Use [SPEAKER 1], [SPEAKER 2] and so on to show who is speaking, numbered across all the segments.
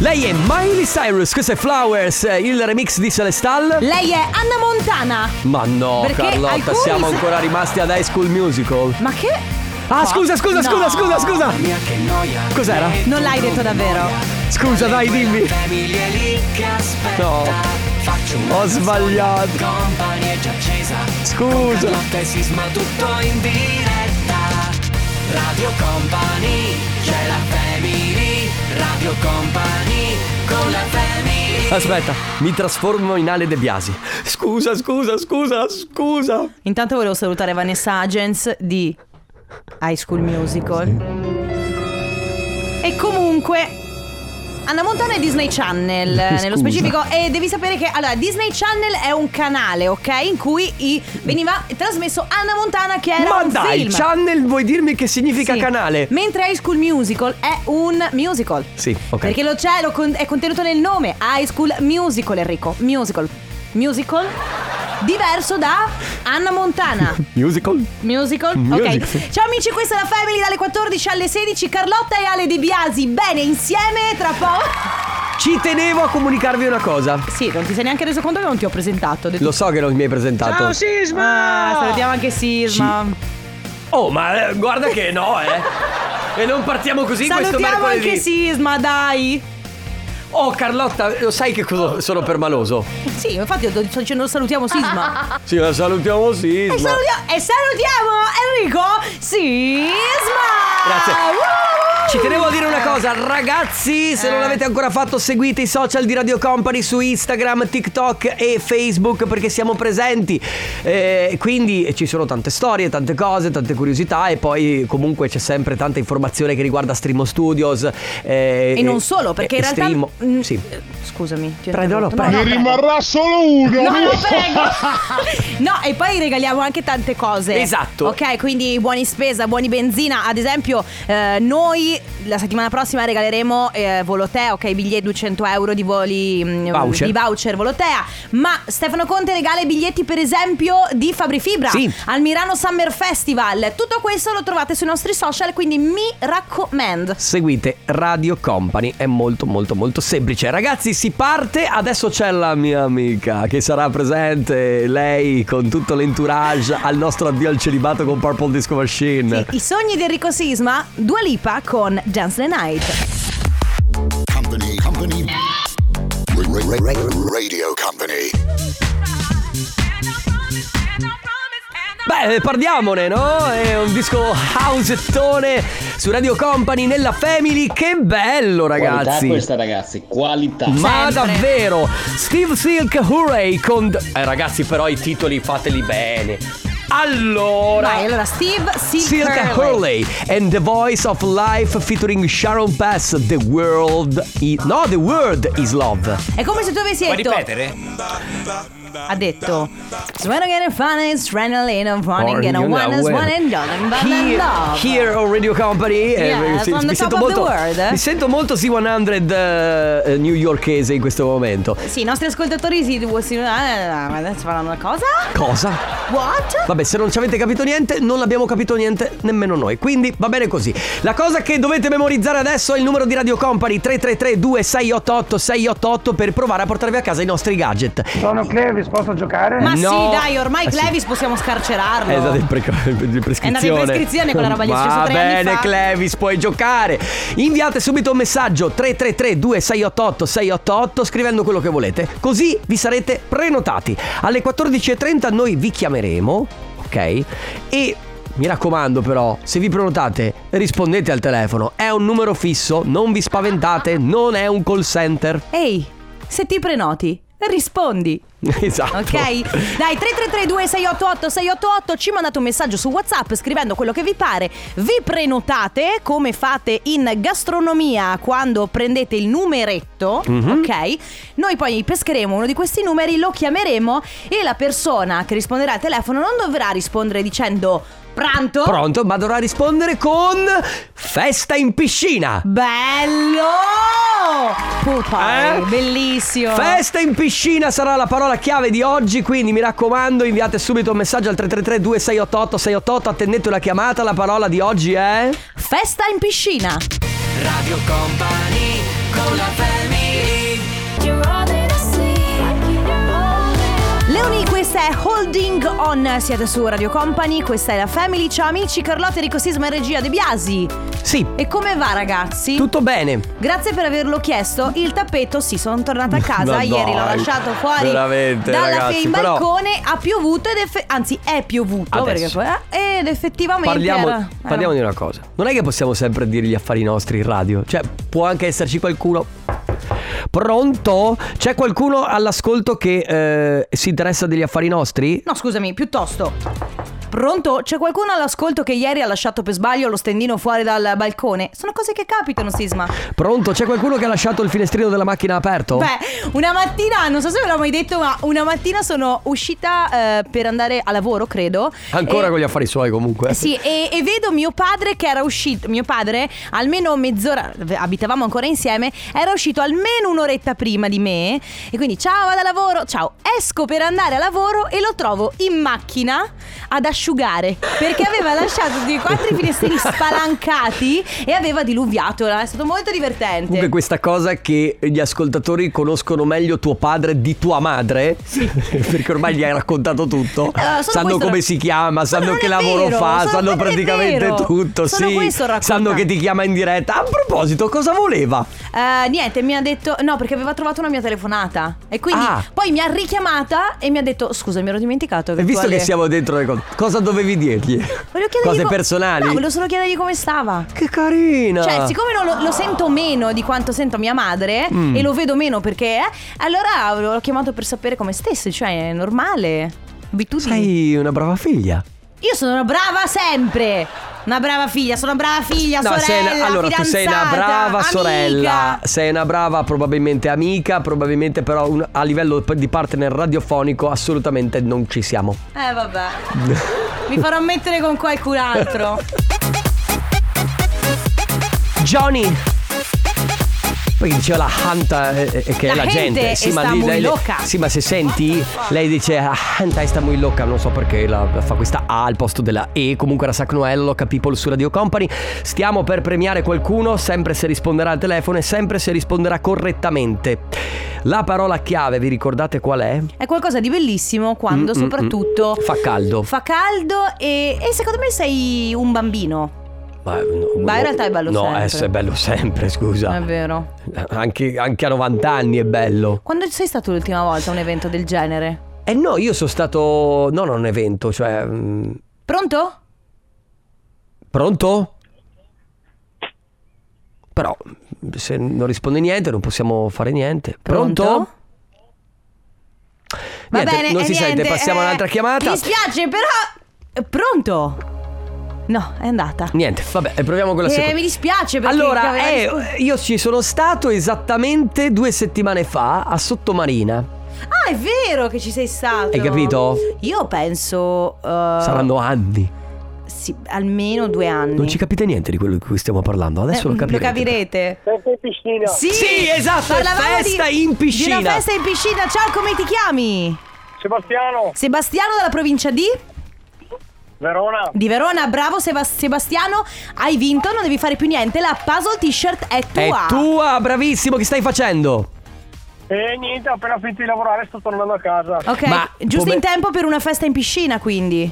[SPEAKER 1] Lei è Miley Cyrus, questo è Flowers, il remix di Celestal.
[SPEAKER 2] Lei è Anna Montana.
[SPEAKER 1] Ma no,
[SPEAKER 2] Perché
[SPEAKER 1] Carlotta,
[SPEAKER 2] alcuni
[SPEAKER 1] siamo
[SPEAKER 2] se-
[SPEAKER 1] ancora rimasti ad High School Musical.
[SPEAKER 2] Ma che?
[SPEAKER 1] Ah,
[SPEAKER 2] Fa-
[SPEAKER 1] scusa, scusa,
[SPEAKER 2] No.
[SPEAKER 1] scusa, scusa, scusa. Cos'era?
[SPEAKER 2] Non l'hai detto davvero.
[SPEAKER 1] Scusa, Cioè, dai, dimmi. No. Ho sbagliato. Scusa. Aspetta, mi trasformo in Ale De Biasi. Scusa, scusa, scusa, scusa.
[SPEAKER 2] Intanto volevo salutare Vanessa Agents di High School Musical. E comunque. Anna Montana e Disney Channel, eh, nello
[SPEAKER 1] Scusa.
[SPEAKER 2] specifico, e devi sapere che allora, Disney Channel è un canale, ok? In cui i- veniva trasmesso Anna Montana, che era
[SPEAKER 1] Ma
[SPEAKER 2] un
[SPEAKER 1] dai,
[SPEAKER 2] film.
[SPEAKER 1] channel vuoi dirmi che significa
[SPEAKER 2] Sì.
[SPEAKER 1] canale?
[SPEAKER 2] Mentre High School Musical è un musical.
[SPEAKER 1] Sì, ok.
[SPEAKER 2] Perché lo c'è, lo con- è contenuto nel nome. High School Musical, Enrico. Musical. Musical. Diverso da Anna Montana.
[SPEAKER 1] Musical?
[SPEAKER 2] Musical?
[SPEAKER 1] Musical.
[SPEAKER 2] Ok. Ciao amici, questa è la Family dalle 14 alle 16. Carlotta e Ale De Biasi. Bene, insieme tra poco.
[SPEAKER 1] Ci tenevo a comunicarvi una cosa.
[SPEAKER 2] Sì, non ti sei neanche reso conto che non ti ho presentato. Ho detto-
[SPEAKER 1] Lo so che non mi hai presentato.
[SPEAKER 2] Ah, salutiamo anche Sisma.
[SPEAKER 1] Oh, ma eh, guarda che no, eh. E non partiamo così questo
[SPEAKER 2] salutiamo
[SPEAKER 1] mercoledì.
[SPEAKER 2] anche Sisma, dai.
[SPEAKER 1] Oh, Carlotta, lo sai che cosa sono permaloso?
[SPEAKER 2] Sì, infatti io sto dicendo salutiamo Sisma.
[SPEAKER 1] Sì, la salutiamo
[SPEAKER 2] E,
[SPEAKER 1] Sisma.
[SPEAKER 2] salutia- e salutiamo Enrico Sisma!
[SPEAKER 1] Grazie.
[SPEAKER 2] Wow!
[SPEAKER 1] Ci tenevo a dire una cosa, ragazzi,
[SPEAKER 2] Eh.
[SPEAKER 1] se non l'avete ancora fatto seguite i social di Radio Company su Instagram, TikTok e Facebook perché siamo presenti. Eh, quindi ci sono tante storie, tante cose, tante curiosità e poi comunque c'è sempre tanta informazione che riguarda Streamo Studios. eh,
[SPEAKER 2] E non solo, perché
[SPEAKER 1] e-
[SPEAKER 2] in
[SPEAKER 1] e
[SPEAKER 2] realtà.
[SPEAKER 1] Streamo.
[SPEAKER 2] Mm,
[SPEAKER 1] Sì.
[SPEAKER 2] Scusami, ti ho
[SPEAKER 1] Prego,
[SPEAKER 2] interrotto.
[SPEAKER 1] no,
[SPEAKER 2] No,
[SPEAKER 1] prego.
[SPEAKER 2] no, prego.
[SPEAKER 3] Rimarrà solo uno.
[SPEAKER 2] No, prego. No, e poi regaliamo anche tante cose.
[SPEAKER 1] Esatto.
[SPEAKER 2] Ok, quindi buoni spesa, buoni benzina. Ad esempio, eh, noi la settimana prossima regaleremo eh, Volotea, ok, biglietti 200 euro di voli mm,
[SPEAKER 1] Voucher.
[SPEAKER 2] di voucher Volotea. Ma Stefano Conte regala i biglietti, per esempio, di Fabri Fibra
[SPEAKER 1] Sì.
[SPEAKER 2] al Milano Summer Festival. Tutto questo lo trovate sui nostri social, quindi mi raccomando.
[SPEAKER 1] Seguite Radio Company, è molto molto molto semplice. Ragazzi, si parte, adesso c'è la mia amica che sarà presente, lei con tutto l'entourage al nostro addio al celibato con Purple Disco Machine.
[SPEAKER 2] I sogni di Enrico Sisma, Dua Lipa con Dance the Night.
[SPEAKER 4] Company, company. Ra- ra- ra- ra- Radio Company.
[SPEAKER 1] Beh, eh, parliamone, no? È un disco housettone su Radio Company nella Family, che bello
[SPEAKER 5] Qualità
[SPEAKER 1] ragazzi.
[SPEAKER 5] questa ragazzi, qualità.
[SPEAKER 1] Ma
[SPEAKER 2] Sempre.
[SPEAKER 1] davvero, Steve Silk Hooray con... Eh ragazzi però i titoli fateli bene. Allora...
[SPEAKER 2] Vai, allora Steve
[SPEAKER 1] Silk
[SPEAKER 2] Silk Hurley.
[SPEAKER 1] Hurley and the voice of life featuring Sharon Pass The world i- No, the word is love
[SPEAKER 2] È come se tu avessi detto Ha detto When I get in fun it's running and running and I want us one and done but I
[SPEAKER 1] Here,
[SPEAKER 2] love
[SPEAKER 1] here on Radio Company eh,
[SPEAKER 2] Yes,
[SPEAKER 1] mi,
[SPEAKER 2] on the
[SPEAKER 1] mi
[SPEAKER 2] top
[SPEAKER 1] sento
[SPEAKER 2] of the
[SPEAKER 1] molto,
[SPEAKER 2] world, eh.
[SPEAKER 1] mi sento molto C100 eh, newyorkese in questo momento
[SPEAKER 2] Sì, i nostri ascoltatori si si- ah, ma adesso faranno una cosa
[SPEAKER 1] Cosa?
[SPEAKER 2] What?
[SPEAKER 1] Vabbè, se non ci avete capito niente, non l'abbiamo capito niente nemmeno noi. Quindi va bene così. La cosa che dovete memorizzare adesso è il numero di Radio Company 333 2688 688 per provare a portarvi a casa i nostri gadget.
[SPEAKER 6] Sono Clevis, posso giocare?
[SPEAKER 2] Ma
[SPEAKER 1] No.
[SPEAKER 2] sì dai ormai
[SPEAKER 1] Ah, sì.
[SPEAKER 2] Clevis possiamo scarcerarlo
[SPEAKER 1] È stata Eh, esatto, in, pre- in prescrizione.
[SPEAKER 2] È andata in prescrizione quella roba lì, è
[SPEAKER 1] Va
[SPEAKER 2] successo tre anni
[SPEAKER 1] bene,
[SPEAKER 2] fa.
[SPEAKER 1] Clevis, puoi giocare. Inviate subito un messaggio 333 2688 688 scrivendo quello che volete. Così vi sarete prenotati. Alle 14.30 noi vi chiameremo, ok? E mi raccomando però, se vi prenotate rispondete al telefono. È un numero fisso, non vi spaventate, non è un call center.
[SPEAKER 2] Ehi se ti prenoti rispondi
[SPEAKER 1] Esatto.
[SPEAKER 2] Ok? Dai, 3332 688 688 ci mandate un messaggio su WhatsApp scrivendo quello che vi pare. Vi prenotate come fate in gastronomia quando prendete il numeretto, ok? Noi poi pescheremo uno di questi numeri, lo chiameremo e la persona che risponderà al telefono non dovrà rispondere dicendo pranto.
[SPEAKER 1] Pronto, ma dovrà rispondere con festa in piscina.
[SPEAKER 2] Bello! Pupai,
[SPEAKER 1] Eh?
[SPEAKER 2] bellissimo.
[SPEAKER 1] Festa in piscina sarà la parola chiave di oggi, quindi mi raccomando inviate subito un messaggio al 333 2688 688, attendete la chiamata, la parola di oggi è...
[SPEAKER 2] Festa in piscina.
[SPEAKER 1] Radio Company con la family.
[SPEAKER 2] questa è Holding On, siete su Radio Company, questa è la Family, ciao amici, Carlotta Enrico Sisma e regia De Biasi.
[SPEAKER 1] Sì,
[SPEAKER 2] E come va ragazzi?
[SPEAKER 1] tutto bene.
[SPEAKER 2] Grazie per averlo chiesto. Il tappeto, sì, sono tornata a casa.
[SPEAKER 1] Ma
[SPEAKER 2] Ieri l'ho
[SPEAKER 1] dai,
[SPEAKER 2] lasciato fuori
[SPEAKER 1] veramente,
[SPEAKER 2] dalla
[SPEAKER 1] ragazzi,
[SPEAKER 2] fe- in
[SPEAKER 1] però-
[SPEAKER 2] balcone. Ha piovuto ed effe- anzi, è piovuto.
[SPEAKER 1] Adesso.
[SPEAKER 2] Perché poi, eh, ed effettivamente.
[SPEAKER 1] Parliamo,
[SPEAKER 2] era-
[SPEAKER 1] parliamo
[SPEAKER 2] era-
[SPEAKER 1] di una cosa. Non è che possiamo sempre dire gli affari nostri in radio. Cioè, può anche esserci qualcuno. Pronto? C'è qualcuno all'ascolto che eh, si interessa degli affari nostri?
[SPEAKER 2] No, scusami, piuttosto. Pronto? C'è qualcuno all'ascolto che ieri ha lasciato per sbaglio lo stendino fuori dal balcone? Sono cose che capitano, Sisma.
[SPEAKER 1] Pronto? C'è qualcuno che ha lasciato il finestrino della macchina aperto?
[SPEAKER 2] Beh, una mattina, non so se ve l'ho mai detto, ma una mattina sono uscita eh, per andare a lavoro, credo.
[SPEAKER 1] Ancora
[SPEAKER 2] E- Eh
[SPEAKER 1] con gli affari suoi comunque.
[SPEAKER 2] Sì, e, e vedo mio padre che era uscito. Mio padre, almeno mezz'ora, abitavamo ancora insieme, era uscito almeno un'oretta prima di me. E quindi, ciao, vado a lavoro. Ciao, esco per andare a lavoro e lo trovo in macchina ad asciugare perché aveva lasciato tutti e quattro i finestrini spalancati e aveva diluviato. È stato molto divertente.
[SPEAKER 1] Comunque questa cosa che gli ascoltatori conoscono meglio tuo padre di tua madre, perché ormai gli hai raccontato tutto,
[SPEAKER 2] Allora, Eh, solo
[SPEAKER 1] sanno
[SPEAKER 2] questo-
[SPEAKER 1] come si chiama,
[SPEAKER 2] Ma
[SPEAKER 1] sanno
[SPEAKER 2] non
[SPEAKER 1] che
[SPEAKER 2] è
[SPEAKER 1] lavoro
[SPEAKER 2] vero,
[SPEAKER 1] fa,
[SPEAKER 2] solo-
[SPEAKER 1] sanno
[SPEAKER 2] non è
[SPEAKER 1] praticamente
[SPEAKER 2] vero.
[SPEAKER 1] tutto,
[SPEAKER 2] Solo
[SPEAKER 1] sì,
[SPEAKER 2] questo ho raccontato.
[SPEAKER 1] sanno che ti chiama in diretta. A proposito, cosa voleva?
[SPEAKER 2] Eh, niente, mi ha detto no perché aveva trovato una mia telefonata e quindi
[SPEAKER 1] Ah.
[SPEAKER 2] poi mi ha richiamata e mi ha detto scusa mi ero dimenticato.
[SPEAKER 1] E visto
[SPEAKER 2] tu
[SPEAKER 1] che
[SPEAKER 2] alle-"
[SPEAKER 1] siamo dentro le cose, cosa dovevi dirgli?
[SPEAKER 2] Volevo chiedergli
[SPEAKER 1] Cose
[SPEAKER 2] co-
[SPEAKER 1] personali? Ah.
[SPEAKER 2] No, volevo solo chiedergli come stava.
[SPEAKER 1] Che carina!
[SPEAKER 2] Cioè, siccome non lo, lo sento meno di quanto sento mia madre
[SPEAKER 1] Mm.
[SPEAKER 2] e lo vedo meno perché, eh, allora l'ho chiamato per sapere come stesse, cioè è normale, abitudini.
[SPEAKER 1] Sei una brava figlia.
[SPEAKER 2] Io sono una brava sempre, una brava figlia, sono una brava figlia,
[SPEAKER 1] No,
[SPEAKER 2] sorella,
[SPEAKER 1] sei una- allora tu sei una
[SPEAKER 2] fidanzata,
[SPEAKER 1] brava
[SPEAKER 2] amica.
[SPEAKER 1] sorella, sei una brava probabilmente amica, probabilmente però un- a livello p- di partner radiofonico assolutamente non ci siamo.
[SPEAKER 2] Eh vabbè, mi farò mettere con qualcun altro.
[SPEAKER 1] Johnny! Perché diceva la Hanta eh, eh, che è
[SPEAKER 2] La
[SPEAKER 1] la
[SPEAKER 2] gente
[SPEAKER 1] gente,
[SPEAKER 2] sta muy loca.
[SPEAKER 1] sì, ma se senti, lei dice "Ah, Hanta sta muy loca, non so perché la, la fa questa A al posto della E, comunque era Sac Noel, Loca People su Radio Company. Stiamo per premiare qualcuno, sempre se risponderà al telefono e sempre se risponderà correttamente. La parola chiave, vi ricordate qual è?
[SPEAKER 2] È qualcosa di bellissimo quando
[SPEAKER 1] Mm, mm,
[SPEAKER 2] soprattutto
[SPEAKER 1] mm. Fa caldo.
[SPEAKER 2] Fa caldo e, e secondo me sei un bambino.
[SPEAKER 1] Ma, no,
[SPEAKER 2] Ma in realtà è bello
[SPEAKER 1] no,
[SPEAKER 2] sempre.
[SPEAKER 1] eh, se è bello sempre, scusa.
[SPEAKER 2] È vero.
[SPEAKER 1] Anche, anche a 90 anni è bello.
[SPEAKER 2] Quando sei stato l'ultima volta a un evento del genere?
[SPEAKER 1] Eh no, io sono stato. No, non un evento, cioè. mm,
[SPEAKER 2] Pronto?
[SPEAKER 1] Pronto? Però se non risponde niente, non possiamo fare niente. Pronto?
[SPEAKER 2] Va
[SPEAKER 1] Niente,
[SPEAKER 2] bene,
[SPEAKER 1] non
[SPEAKER 2] eh,
[SPEAKER 1] si sente,
[SPEAKER 2] niente,
[SPEAKER 1] passiamo
[SPEAKER 2] eh,
[SPEAKER 1] all'altra chiamata.
[SPEAKER 2] Mi spiace, però. eh, Pronto? No, è andata.
[SPEAKER 1] Niente, vabbè, e proviamo con la
[SPEAKER 2] Eh,
[SPEAKER 1] seconda.
[SPEAKER 2] mi dispiace perché
[SPEAKER 1] Allora,
[SPEAKER 2] aveva
[SPEAKER 1] eh,
[SPEAKER 2] risposto.
[SPEAKER 1] io ci sono stato esattamente due settimane fa a Sottomarina.
[SPEAKER 2] Ah, è vero che ci sei stato.
[SPEAKER 1] Hai capito?
[SPEAKER 2] Io penso. eh,
[SPEAKER 1] Saranno anni.
[SPEAKER 2] sì, almeno due anni.
[SPEAKER 1] Non ci capite niente di quello di cui stiamo parlando. Adesso
[SPEAKER 2] Eh,
[SPEAKER 1] lo capirete.
[SPEAKER 2] capirete.
[SPEAKER 6] Sempre in piscina.
[SPEAKER 2] Sì,
[SPEAKER 1] Sì, esatto,
[SPEAKER 2] parlavamo di-
[SPEAKER 1] festa in piscina.
[SPEAKER 2] Di una festa in piscina. Ciao, come ti chiami?
[SPEAKER 6] Sebastiano,
[SPEAKER 2] Sebastiano dalla provincia di?
[SPEAKER 6] Verona.
[SPEAKER 2] Di Verona, bravo Seba- Sebastiano, hai vinto, non devi fare più niente, la puzzle t-shirt è
[SPEAKER 1] È
[SPEAKER 2] tua.
[SPEAKER 1] tua, bravissimo, che stai facendo?
[SPEAKER 6] E niente, appena finito di lavorare sto tornando a casa.
[SPEAKER 2] Ok,
[SPEAKER 1] Ma
[SPEAKER 2] giusto
[SPEAKER 1] come-
[SPEAKER 2] in tempo per una festa in piscina quindi.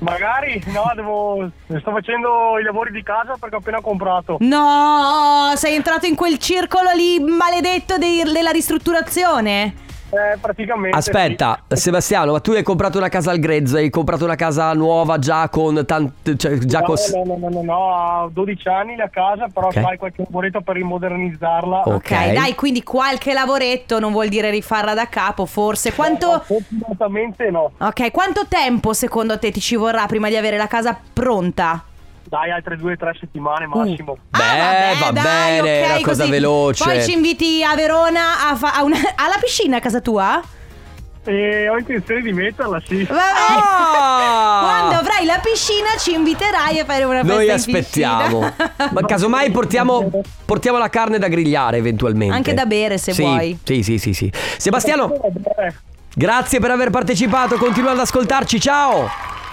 [SPEAKER 6] Magari, no, devo... Sto facendo i lavori di casa perché ho appena comprato.
[SPEAKER 2] No, sei entrato in quel circolo lì maledetto dei- della ristrutturazione.
[SPEAKER 6] Eh, praticamente...
[SPEAKER 1] Aspetta, Sebastiano, ma tu hai comprato una casa al grezzo, hai comprato una casa nuova già con tante. Cioè, già
[SPEAKER 6] sì.
[SPEAKER 1] con.
[SPEAKER 6] No, no, no, no, no, no, ha 12 anni la casa, però
[SPEAKER 1] Ok.
[SPEAKER 6] fai qualche lavoretto per rimodernizzarla.
[SPEAKER 1] Ok.
[SPEAKER 2] dai, quindi qualche lavoretto non vuol dire rifarla da capo, forse. Quanto...
[SPEAKER 6] Fortunatamente no.
[SPEAKER 2] Ok, quanto tempo secondo te ti ci vorrà prima di avere la casa pronta?
[SPEAKER 6] Dai, altre due o tre
[SPEAKER 2] Mm.
[SPEAKER 6] settimane massimo.
[SPEAKER 1] Beh, va
[SPEAKER 2] Ah, dai,
[SPEAKER 1] bene,
[SPEAKER 2] ok,
[SPEAKER 1] una cosa
[SPEAKER 2] così.
[SPEAKER 1] veloce.
[SPEAKER 2] Poi ci inviti a Verona a fa- a una- alla piscina a casa tua?
[SPEAKER 6] E ho intenzione di metterla, sì.
[SPEAKER 2] Va bene.
[SPEAKER 1] Ah!
[SPEAKER 2] Eh, Quando avrai la piscina ci inviterai a fare una festa
[SPEAKER 1] Noi
[SPEAKER 2] in
[SPEAKER 1] aspettiamo.
[SPEAKER 2] piscina.
[SPEAKER 1] Ma casomai portiamo, portiamo la carne da grigliare eventualmente.
[SPEAKER 2] Anche da bere, se
[SPEAKER 1] Sì,
[SPEAKER 2] vuoi.
[SPEAKER 1] Sì, sì, sì, sì. Sebastiano,
[SPEAKER 6] Eh,
[SPEAKER 1] grazie per aver partecipato. Continua ad ascoltarci. Ciao.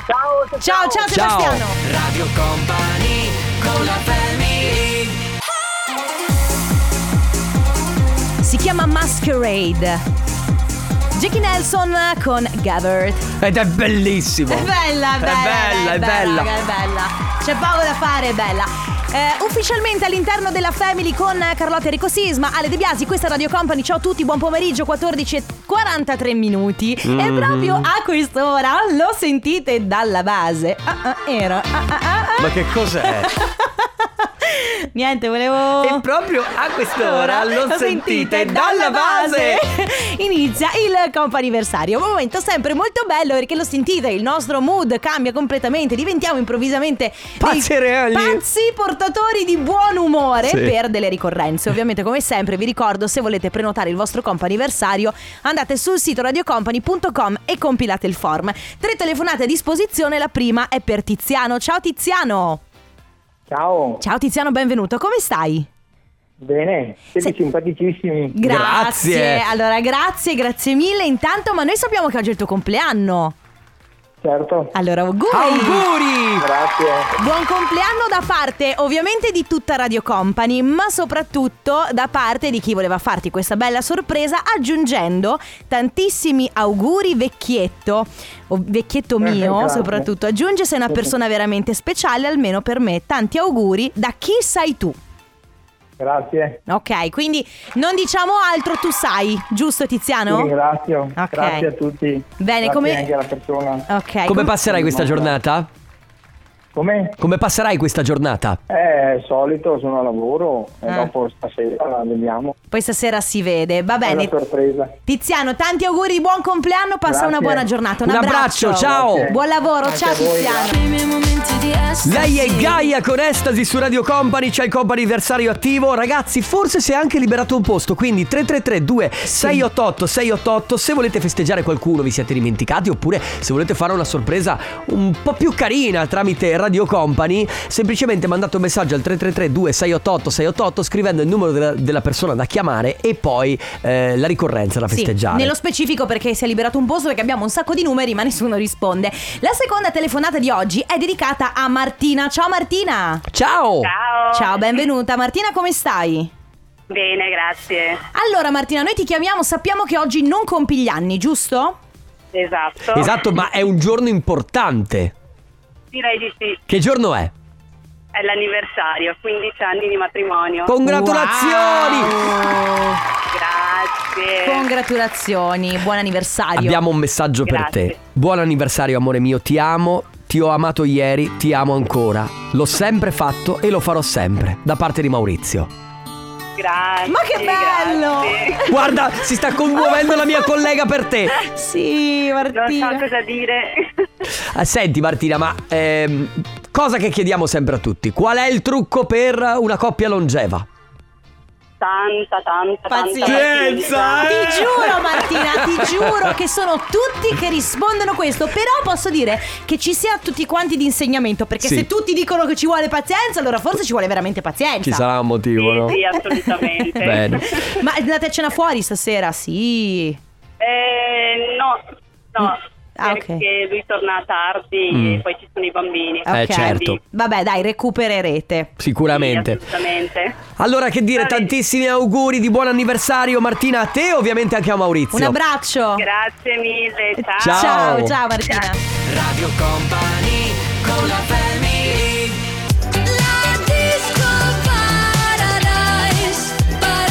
[SPEAKER 6] Ciao,
[SPEAKER 2] Ciao,
[SPEAKER 6] ciao.
[SPEAKER 2] ciao Sebastiano.
[SPEAKER 1] Radio Company con la
[SPEAKER 2] Si chiama Masquerade. Jackie Nelson con Gabbert.
[SPEAKER 1] Ed è bellissimo.
[SPEAKER 2] È bella,
[SPEAKER 1] È
[SPEAKER 2] bella,
[SPEAKER 1] bella,
[SPEAKER 2] dai,
[SPEAKER 1] è bella.
[SPEAKER 2] raga, è bella. C'è poco da fare, è bella. Eh, ufficialmente all'interno della Family con Carlotta Enrico Sisma, Ale De Biasi, questa è Radio Company. Ciao a tutti, buon pomeriggio, 14.43 minuti.
[SPEAKER 1] Mhm.
[SPEAKER 2] E proprio a quest'ora lo sentite dalla base. Ah, ah, ero. ah, ah, ah, ah.
[SPEAKER 1] Ma che cos'è?
[SPEAKER 2] Niente, volevo.
[SPEAKER 1] e proprio a quest'ora Ecco. lo, sentite dalla base.
[SPEAKER 2] Inizia il comp'anniversario Un momento sempre molto bello perché lo sentite Il nostro mood cambia completamente Diventiamo improvvisamente
[SPEAKER 1] Pazzi
[SPEAKER 2] dei
[SPEAKER 1] reali.
[SPEAKER 2] Pazzi portatori di buon umore
[SPEAKER 1] Sì.
[SPEAKER 2] Per delle ricorrenze Ovviamente come sempre vi ricordo Se volete prenotare il vostro comp'anniversario Andate sul sito radiocompany.com E compilate il form Tre telefonate a disposizione La prima è per Tiziano Ciao Tiziano
[SPEAKER 6] Ciao,
[SPEAKER 2] Ciao Tiziano, benvenuto Come stai?
[SPEAKER 6] bene, siete
[SPEAKER 2] Se-
[SPEAKER 6] simpaticissimi.
[SPEAKER 2] Grazie.
[SPEAKER 1] Grazie.
[SPEAKER 2] Allora, grazie, grazie mille. Intanto, ma noi sappiamo che oggi è il tuo compleanno.
[SPEAKER 6] Certo,
[SPEAKER 2] Allora, auguri.
[SPEAKER 1] Auguri!
[SPEAKER 6] grazie.
[SPEAKER 2] Buon compleanno da parte ovviamente di tutta Radio Company, ma soprattutto da parte di chi voleva farti questa bella sorpresa aggiungendo tantissimi auguri vecchietto, o vecchietto
[SPEAKER 6] Eh,
[SPEAKER 2] mio
[SPEAKER 6] grazie.
[SPEAKER 2] soprattutto, aggiunge sei una persona veramente speciale almeno per me, tanti auguri da chi sai tu.
[SPEAKER 6] Grazie,
[SPEAKER 2] Ok, quindi non diciamo altro tu sai, giusto
[SPEAKER 6] ti
[SPEAKER 2] Tiziano?
[SPEAKER 6] ringrazio.
[SPEAKER 2] Ok.
[SPEAKER 6] Grazie a tutti.
[SPEAKER 2] Bene,
[SPEAKER 6] grazie
[SPEAKER 2] come-
[SPEAKER 6] anche alla persona.
[SPEAKER 2] Ok.
[SPEAKER 1] Come
[SPEAKER 2] com-
[SPEAKER 1] passerai questa giornata?
[SPEAKER 6] Come?
[SPEAKER 1] Come passerai questa giornata?
[SPEAKER 6] Eh, solito sono a lavoro e
[SPEAKER 2] Ah.
[SPEAKER 6] dopo stasera vediamo.
[SPEAKER 2] poi stasera si vede. Va
[SPEAKER 6] È
[SPEAKER 2] bene.
[SPEAKER 6] una sorpresa.
[SPEAKER 2] Tiziano, tanti auguri di buon compleanno, passa
[SPEAKER 6] Grazie.
[SPEAKER 2] una buona giornata. Un,
[SPEAKER 1] Un abbraccio, ciao.
[SPEAKER 6] Grazie.
[SPEAKER 2] Buon lavoro,
[SPEAKER 6] Anche
[SPEAKER 2] ciao
[SPEAKER 6] a voi,
[SPEAKER 2] Tiziano.
[SPEAKER 1] Lei è Gaia con Estasi su Radio Company, c'è il comp'anniversario attivo. Ragazzi, forse si è anche liberato un posto, quindi 3332 688 688 se volete festeggiare qualcuno vi siete dimenticati oppure se volete fare una sorpresa un po' più carina tramite Radio Company, semplicemente mandate un messaggio al 3332 688 688 scrivendo il numero della, della persona da chiamare e poi eh, la ricorrenza da
[SPEAKER 2] Sì,
[SPEAKER 1] festeggiare.
[SPEAKER 2] nello specifico perché si è liberato un posto perché abbiamo un sacco di numeri ma nessuno risponde. La seconda telefonata di oggi è dedicata a Martina. Ciao Martina!
[SPEAKER 1] Ciao!
[SPEAKER 3] Ciao.
[SPEAKER 2] Ciao, benvenuta. Martina, come stai?
[SPEAKER 3] Bene, grazie.
[SPEAKER 2] Allora Martina, noi ti chiamiamo, sappiamo che oggi non compi gli anni, giusto?
[SPEAKER 3] Esatto.
[SPEAKER 1] Esatto, ma è un giorno importante.
[SPEAKER 3] Direi di sì.
[SPEAKER 1] Che giorno è?
[SPEAKER 3] È l'anniversario, 15 anni di matrimonio.
[SPEAKER 1] Congratulazioni!
[SPEAKER 2] Wow.
[SPEAKER 3] Grazie.
[SPEAKER 2] Congratulazioni, buon anniversario.
[SPEAKER 1] Abbiamo un messaggio
[SPEAKER 3] Grazie.
[SPEAKER 1] per te. Buon anniversario, amore mio, ti amo. Ti ho amato ieri, ti amo ancora. L'ho sempre fatto e lo farò sempre. Da parte di Maurizio.
[SPEAKER 3] Grazie.
[SPEAKER 2] Ma che bello!
[SPEAKER 3] grazie.
[SPEAKER 1] Guarda, si sta commuovendo la mia collega per te.
[SPEAKER 2] Eh, Sì,
[SPEAKER 3] Non
[SPEAKER 2] Martina.
[SPEAKER 3] so cosa dire.
[SPEAKER 1] Eh, Senti, Martina, ma ehm, cosa che chiediamo sempre a tutti: qual è il trucco per una coppia longeva?
[SPEAKER 3] Tanta, tanta,
[SPEAKER 2] Pazienza.
[SPEAKER 3] tanta pazienza.
[SPEAKER 1] eh.
[SPEAKER 2] Ti giuro Martina, ti giuro che sono tutti che rispondono questo, però posso dire che ci sia tutti quanti di insegnamento, perché
[SPEAKER 1] Sì.
[SPEAKER 2] se tutti dicono che ci vuole pazienza, allora forse ci vuole veramente pazienza.
[SPEAKER 1] Ci sarà un motivo, no?
[SPEAKER 3] Sì, sì, assolutamente.
[SPEAKER 1] Bene.
[SPEAKER 2] Ma andate a cena fuori stasera, sì.
[SPEAKER 3] Eh, no, no.
[SPEAKER 2] Ah, ok.
[SPEAKER 3] perché lui torna tardi
[SPEAKER 1] Mm.
[SPEAKER 3] e poi ci sono i bambini.
[SPEAKER 2] Ok.
[SPEAKER 1] Eh, certo.
[SPEAKER 2] Vabbè, dai, recupererete.
[SPEAKER 1] Sicuramente.
[SPEAKER 3] Sì, assolutamente.
[SPEAKER 1] Allora, che dire,
[SPEAKER 3] Va bene.
[SPEAKER 1] tantissimi auguri di buon anniversario, Martina, a te e ovviamente anche a Maurizio.
[SPEAKER 2] Un abbraccio.
[SPEAKER 3] Grazie mille.
[SPEAKER 1] Ciao.
[SPEAKER 2] Ciao, ciao Martina.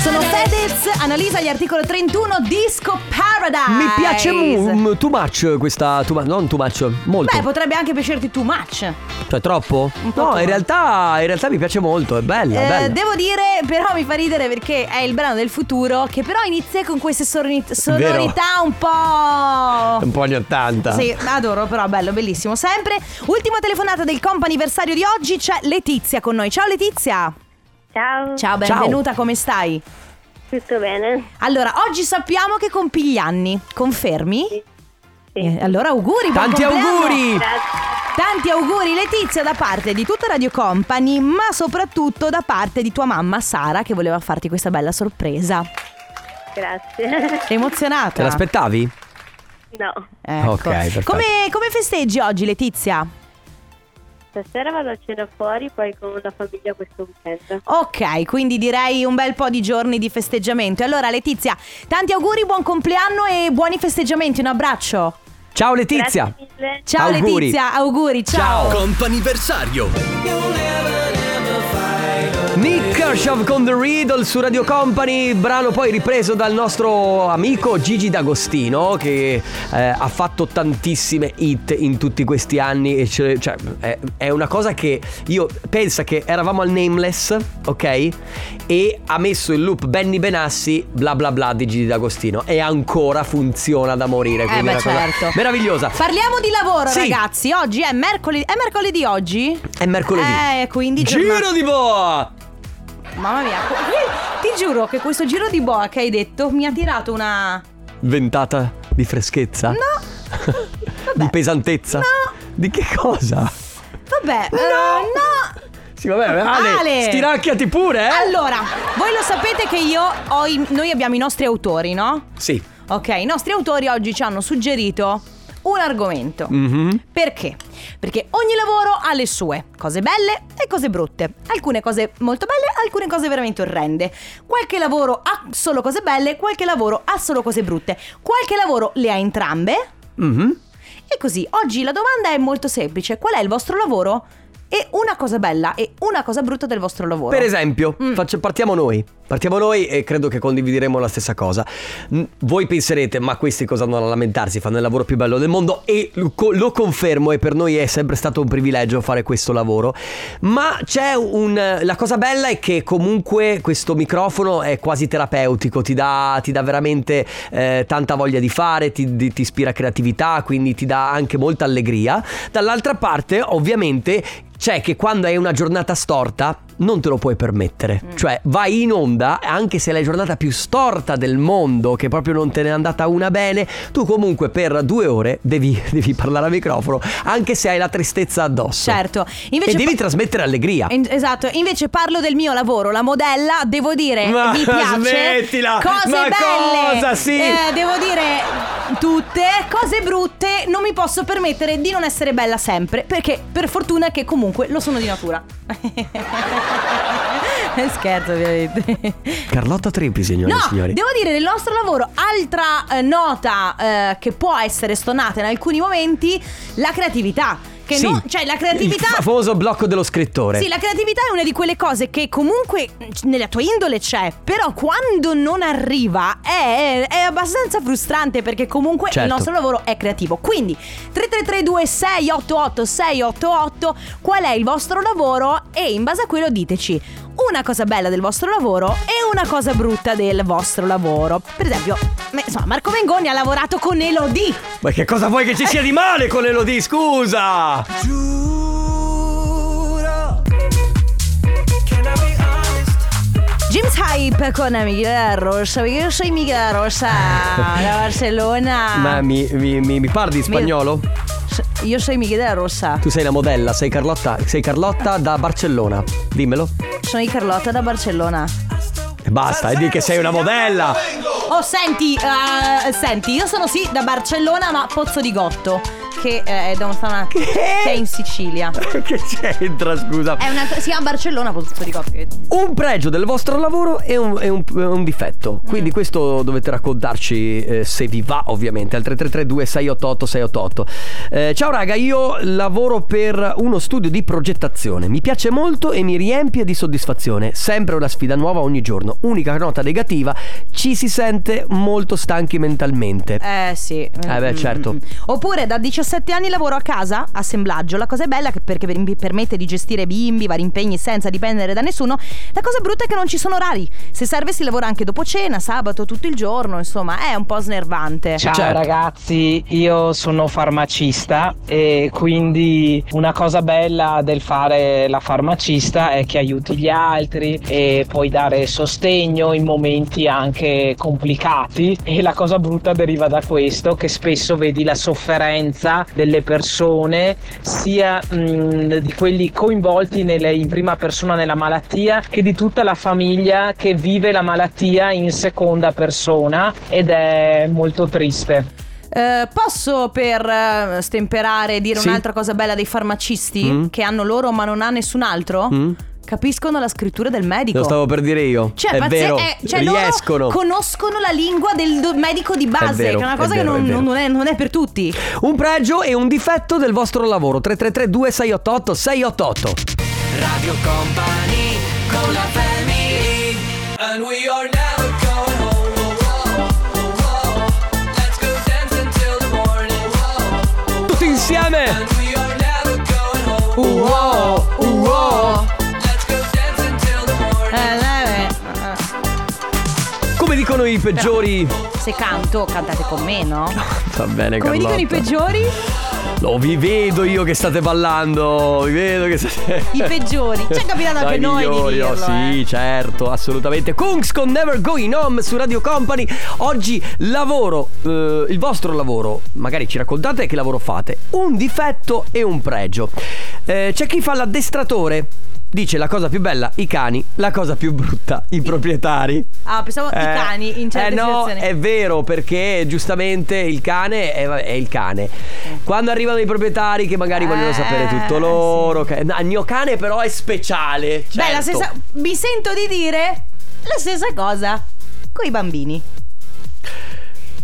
[SPEAKER 2] Sono Fedez, analizza gli articolo 31 Disco Paradise.
[SPEAKER 1] Mi piace mu- too much questa, too much- non too much, molto.
[SPEAKER 2] Beh, potrebbe anche piacerti too much. Eh,
[SPEAKER 1] cioè troppo?
[SPEAKER 2] Un po'
[SPEAKER 1] No,
[SPEAKER 2] too
[SPEAKER 1] in
[SPEAKER 2] much.
[SPEAKER 1] realtà, in realtà mi piace molto, è bella, è
[SPEAKER 2] Eh,
[SPEAKER 1] bella.
[SPEAKER 2] devo dire, però mi fa ridere perché è il brano del futuro che però inizia con queste soroni- sonorità un
[SPEAKER 1] È
[SPEAKER 2] po'...
[SPEAKER 1] po' anni 80.
[SPEAKER 2] Sì, adoro, però bello, bellissimo sempre. Ultima telefonata del comp anniversario di oggi c'è Letizia con noi. Ciao Letizia!
[SPEAKER 5] Ciao,
[SPEAKER 2] Ciao,
[SPEAKER 1] Ciao.
[SPEAKER 2] benvenuta, come stai?
[SPEAKER 5] tutto bene?
[SPEAKER 2] Allora, oggi sappiamo che compi gli anni, confermi?
[SPEAKER 5] Sì.
[SPEAKER 2] Eh, allora auguri, buon
[SPEAKER 1] Tanti
[SPEAKER 2] compleanno.
[SPEAKER 1] auguri!
[SPEAKER 2] Tanti auguri Letizia da parte di tutta Radio Company, ma soprattutto da parte di tua mamma Sara che voleva farti questa bella sorpresa.
[SPEAKER 5] Grazie.
[SPEAKER 2] Sei emozionata?
[SPEAKER 1] Te l'aspettavi?
[SPEAKER 5] No,
[SPEAKER 2] Ecco.
[SPEAKER 1] Ok, perfetto.
[SPEAKER 2] Come, come festeggi oggi Letizia?
[SPEAKER 5] Stasera vado a cena fuori, poi con la famiglia questo weekend.
[SPEAKER 2] Ok, quindi direi un bel po' di giorni di festeggiamento. E Allora Letizia, tanti auguri, buon compleanno e buoni festeggiamenti, un abbraccio.
[SPEAKER 1] Ciao Letizia.
[SPEAKER 5] Grazie mille.
[SPEAKER 7] Cioè,
[SPEAKER 2] Ciao
[SPEAKER 1] Auguri.
[SPEAKER 2] Letizia, auguri, ciao.
[SPEAKER 8] Companiversario
[SPEAKER 1] Nick Kershaw con The Riddle su Radio Company, brano poi ripreso dal nostro amico Gigi D'Agostino che eh, ha fatto tantissime hit in tutti questi anni e ce- cioè, è, è una cosa che io pensa che eravamo al Nameless, ok? E ha messo in loop Benny Benassi, bla bla bla di Gigi D'Agostino e ancora funziona da morire,
[SPEAKER 2] Eh
[SPEAKER 1] quindi
[SPEAKER 2] beh
[SPEAKER 1] è una cosa
[SPEAKER 2] certo.
[SPEAKER 1] meravigliosa.
[SPEAKER 2] Parliamo di lavoro
[SPEAKER 1] Sì.
[SPEAKER 2] ragazzi, oggi è mercoledì, è mercoledì oggi?
[SPEAKER 1] È mercoledì.
[SPEAKER 2] Eh, quindi
[SPEAKER 1] Giro
[SPEAKER 2] giornata-
[SPEAKER 1] di boa!
[SPEAKER 2] Mamma mia, co- ti giuro che questo giro di boa che hai detto mi ha tirato una...
[SPEAKER 1] Ventata di freschezza?
[SPEAKER 2] No. Vabbè.
[SPEAKER 1] di pesantezza?
[SPEAKER 2] No.
[SPEAKER 1] Di che cosa?
[SPEAKER 2] Vabbè, eh, no.
[SPEAKER 1] Sì, vabbè, Ale,
[SPEAKER 2] Ale.
[SPEAKER 1] stiracchiati pure, eh?
[SPEAKER 2] Allora, voi lo sapete che io ho i- noi abbiamo i nostri autori, no?
[SPEAKER 1] Sì.
[SPEAKER 2] Ok, i nostri autori oggi ci hanno suggerito un argomento.
[SPEAKER 1] Mhm.
[SPEAKER 2] Perché? Perché ogni lavoro ha le sue cose belle e cose brutte. Alcune cose molto belle, alcune cose veramente orrende. Qualche lavoro ha solo cose belle, qualche lavoro ha solo cose brutte. Qualche lavoro le ha entrambe.
[SPEAKER 1] Mhm.
[SPEAKER 2] E così, oggi la domanda è molto semplice. Qual è il vostro lavoro? E una cosa bella e una cosa brutta del vostro lavoro.
[SPEAKER 1] Per esempio,
[SPEAKER 2] Mm.
[SPEAKER 1] faccio- partiamo noi. Partiamo noi e credo che condivideremo la stessa cosa. Mm, Voi penserete, ma questi cosa hanno da lamentarsi? Fanno il lavoro più bello del mondo e lo, co- lo confermo e per noi è sempre stato un privilegio fare questo lavoro. Ma c'è un... La cosa bella è che comunque questo microfono è quasi terapeutico, ti dà, ti dà veramente eh, tanta voglia di fare, ti, di- ti ispira creatività, quindi ti dà anche molta allegria. Dall'altra parte, ovviamente, c'è che quando hai una giornata storta non te lo puoi permettere. Cioè, vai in onda, anche se è la giornata più storta del mondo, che proprio non te ne è andata una bene, tu comunque per due ore devi, devi parlare al microfono, anche se hai la tristezza addosso.
[SPEAKER 2] Certo. Invece
[SPEAKER 1] E devi
[SPEAKER 2] pa-
[SPEAKER 1] trasmettere allegria.
[SPEAKER 2] In- Esatto, invece parlo del mio lavoro, la modella, devo dire,
[SPEAKER 1] Ma
[SPEAKER 2] mi piace.
[SPEAKER 1] smettila!
[SPEAKER 2] Cose
[SPEAKER 1] Ma
[SPEAKER 2] belle.
[SPEAKER 1] cosa? Sì.
[SPEAKER 2] Eh, devo dire tutte, cose brutte, non mi posso permettere di non essere bella sempre, perché per fortuna che comunque lo sono di natura. Scherzo, ovviamente.
[SPEAKER 1] Carlotta Trippi, signori
[SPEAKER 2] Eh. No,
[SPEAKER 1] e signori.
[SPEAKER 2] devo dire del nostro lavoro, altra eh, nota eh, che può essere stonata in alcuni momenti, la creatività. Che
[SPEAKER 1] Sì.
[SPEAKER 2] non- cioè la creatività...
[SPEAKER 1] Il famoso blocco dello scrittore.
[SPEAKER 2] Sì, la creatività è una di quelle cose che comunque nella tua indole c'è, però quando non arriva è, è abbastanza frustrante perché comunque
[SPEAKER 1] Certo.
[SPEAKER 2] il nostro lavoro è creativo. Quindi 3332 688 688 qual è il vostro lavoro e in base a quello diteci una cosa bella del vostro lavoro e una cosa brutta del vostro lavoro. Per esempio, me- insomma, Marco Mengoni ha lavorato con Elodie.
[SPEAKER 1] Ma che cosa vuoi che ci sia di male con Elodie?
[SPEAKER 2] Ah.
[SPEAKER 1] Scusa!
[SPEAKER 2] James Hype con Miguel Rosa, io sono Miguel Rosa da Barcellona.
[SPEAKER 1] Ma mi, mi- mi- mi parli in spagnolo?
[SPEAKER 2] S- Io sono Miguel Rosa,
[SPEAKER 1] Tu sei la modella, sei Carlotta, sei Carlotta da Barcellona. Dimmelo.
[SPEAKER 2] sono Carlotta da Barcellona.
[SPEAKER 1] E basta, e di che sei una modella.
[SPEAKER 2] Oh, senti, eh, senti, io sono sì da Barcellona, ma Pozzo di Gotto, che eh, è da una che è in Sicilia.
[SPEAKER 1] che c'entra, scusa?
[SPEAKER 2] È una, si chiama Barcellona Pozzo di Gotto.
[SPEAKER 1] Un pregio del vostro lavoro e un, e un- e un difetto.
[SPEAKER 2] Mm.
[SPEAKER 1] Quindi questo dovete raccontarci eh, se vi va, ovviamente. Al 3332 688 688. Eh, ciao raga, io lavoro per uno studio di progettazione. Mi piace molto e mi riempie di soddisfazione. Sempre una sfida nuova ogni giorno. Unica nota negativa, ci si sente molto stanchi mentalmente.
[SPEAKER 2] Eh sì.
[SPEAKER 1] Eh, beh,
[SPEAKER 2] Mm,
[SPEAKER 1] certo.
[SPEAKER 2] mm, mm. Oppure da 17 anni lavoro a casa, assemblaggio. La cosa è bella che perché mi permette di gestire bimbi, vari impegni senza dipendere da nessuno. La cosa brutta è che non ci sono orari. Se serve si lavora anche dopo cena, sabato, tutto il giorno, insomma, è un po' snervante.
[SPEAKER 9] Ciao
[SPEAKER 1] Certo.
[SPEAKER 9] ragazzi, io sono farmacista e quindi una cosa bella del fare la farmacista è che aiuti gli altri e puoi dare sostegno in momenti anche complicati e la cosa brutta deriva da questo che spesso vedi la sofferenza delle persone sia mm, di quelli coinvolti nelle- in prima persona nella malattia che di tutta la famiglia che vive la malattia in seconda persona ed è molto triste.
[SPEAKER 2] Eh, Eh, posso per eh, stemperare dire
[SPEAKER 1] Sì.
[SPEAKER 2] un'altra cosa bella dei farmacisti
[SPEAKER 1] Mm.
[SPEAKER 2] che hanno loro ma non ha nessun altro?
[SPEAKER 1] Mm.
[SPEAKER 2] Capiscono la scrittura del medico.
[SPEAKER 1] Lo stavo per dire io.
[SPEAKER 2] Cioè,
[SPEAKER 1] è
[SPEAKER 2] pazze-
[SPEAKER 1] vero,
[SPEAKER 2] eh, cioè,
[SPEAKER 1] riescono.
[SPEAKER 2] loro conoscono la lingua del do- medico di base,
[SPEAKER 1] vero,
[SPEAKER 2] che è una
[SPEAKER 1] è
[SPEAKER 2] cosa
[SPEAKER 1] vero,
[SPEAKER 2] che
[SPEAKER 1] è
[SPEAKER 2] non-
[SPEAKER 1] vero.
[SPEAKER 2] non, è, non è per tutti. Eh,
[SPEAKER 1] Un pregio e un difetto del vostro lavoro. 333 2688 688. Radio Company con la And we are never going home. Oh, Oh, Tutti insieme. Uh, wow, uh, wow.
[SPEAKER 2] eh,
[SPEAKER 1] Come dicono i peggiori.
[SPEAKER 2] Se canto, cantate con me, no?
[SPEAKER 1] Va bene,
[SPEAKER 2] Come dicono i
[SPEAKER 1] Carlotta.
[SPEAKER 2] peggiori?
[SPEAKER 1] No, vi vedo io che state ballando, vi vedo che state...
[SPEAKER 2] I peggiori. Ci è capitato anche
[SPEAKER 1] Dai,
[SPEAKER 2] noi di
[SPEAKER 1] migliori, oh,
[SPEAKER 2] dirlo,
[SPEAKER 1] Sì,
[SPEAKER 2] eh.
[SPEAKER 1] certo, assolutamente. Kungs con Never Going Home su Radio Company. Oggi lavoro, eh, il vostro lavoro, magari ci raccontate che lavoro fate, un difetto e un pregio. Eh, c'è chi fa l'addestratore. Dice la cosa più bella i cani, la cosa più brutta i proprietari.
[SPEAKER 2] Ah, pensavo i cani in certe
[SPEAKER 1] eh no,
[SPEAKER 2] situazioni.
[SPEAKER 1] è vero perché giustamente il cane è, è il cane. Quando arrivano i proprietari che magari vogliono
[SPEAKER 2] Eh,
[SPEAKER 1] sapere tutto
[SPEAKER 2] sì.
[SPEAKER 1] loro, che- no, il mio cane però è speciale.
[SPEAKER 2] Beh, la
[SPEAKER 1] certo.
[SPEAKER 2] stessa. Mi sento di dire la stessa cosa coi bambini.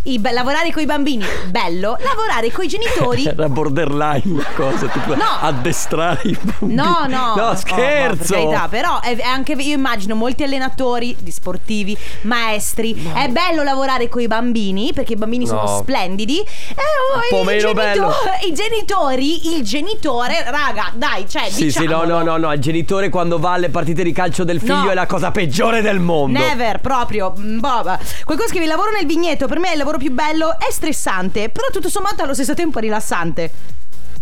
[SPEAKER 2] I be- lavorare coi bambini, bello. Lavorare coi genitori,
[SPEAKER 1] Era borderline la cosa, tipo
[SPEAKER 2] No.
[SPEAKER 1] addestrare i bambini.
[SPEAKER 2] No, no.
[SPEAKER 1] No, scherzo.
[SPEAKER 2] Oh, no, per carità, però è, è anche io immagino molti allenatori di sportivi, maestri. È bello lavorare con i bambini perché i bambini
[SPEAKER 1] No.
[SPEAKER 2] sono splendidi. E oh,
[SPEAKER 1] Un
[SPEAKER 2] i
[SPEAKER 1] po' meno
[SPEAKER 2] genito-
[SPEAKER 1] bello.
[SPEAKER 2] I genitori, il genitore, raga, dai, cioè,
[SPEAKER 1] sì, sì, no,
[SPEAKER 2] diciamolo.
[SPEAKER 1] no, no, no, il genitore quando va alle partite di calcio del figlio
[SPEAKER 2] No.
[SPEAKER 1] è la cosa peggiore del mondo.
[SPEAKER 2] Never, proprio. mm, Bob. Qualcuno scrive: lavoro nel vigneto. Per me è il lavoro più bello. È stressante, però tutto sommato allo stesso tempo è rilassante.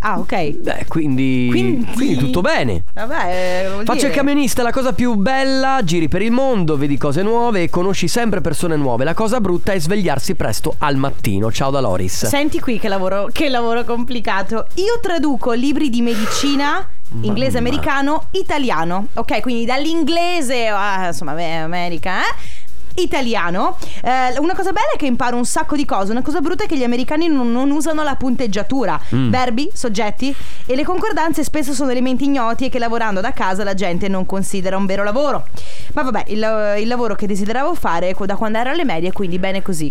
[SPEAKER 2] Ah, ok.
[SPEAKER 1] Beh, quindi,
[SPEAKER 2] Quindi-
[SPEAKER 1] quindi tutto bene.
[SPEAKER 2] Vabbè, eh, vuol
[SPEAKER 1] Faccio
[SPEAKER 2] dire-
[SPEAKER 1] il camionista, la cosa più bella, giri per il mondo, vedi cose nuove e conosci sempre persone nuove. La cosa brutta è svegliarsi presto al mattino. Ciao da Loris.
[SPEAKER 2] Senti qui che lavoro, che lavoro complicato. Io traduco libri di medicina. Inglese americano, italiano. Ok, quindi dall'inglese, ah, insomma, beh, America, eh? Italiano. Eh, una cosa bella è che imparo un sacco di cose. Una cosa brutta è che gli americani non, non usano la punteggiatura. Verbi, soggetti e le concordanze spesso sono elementi ignoti e che lavorando da casa la gente non considera un vero lavoro. Ma vabbè, il, il lavoro che desideravo fare è da quando ero alle medie, quindi bene così.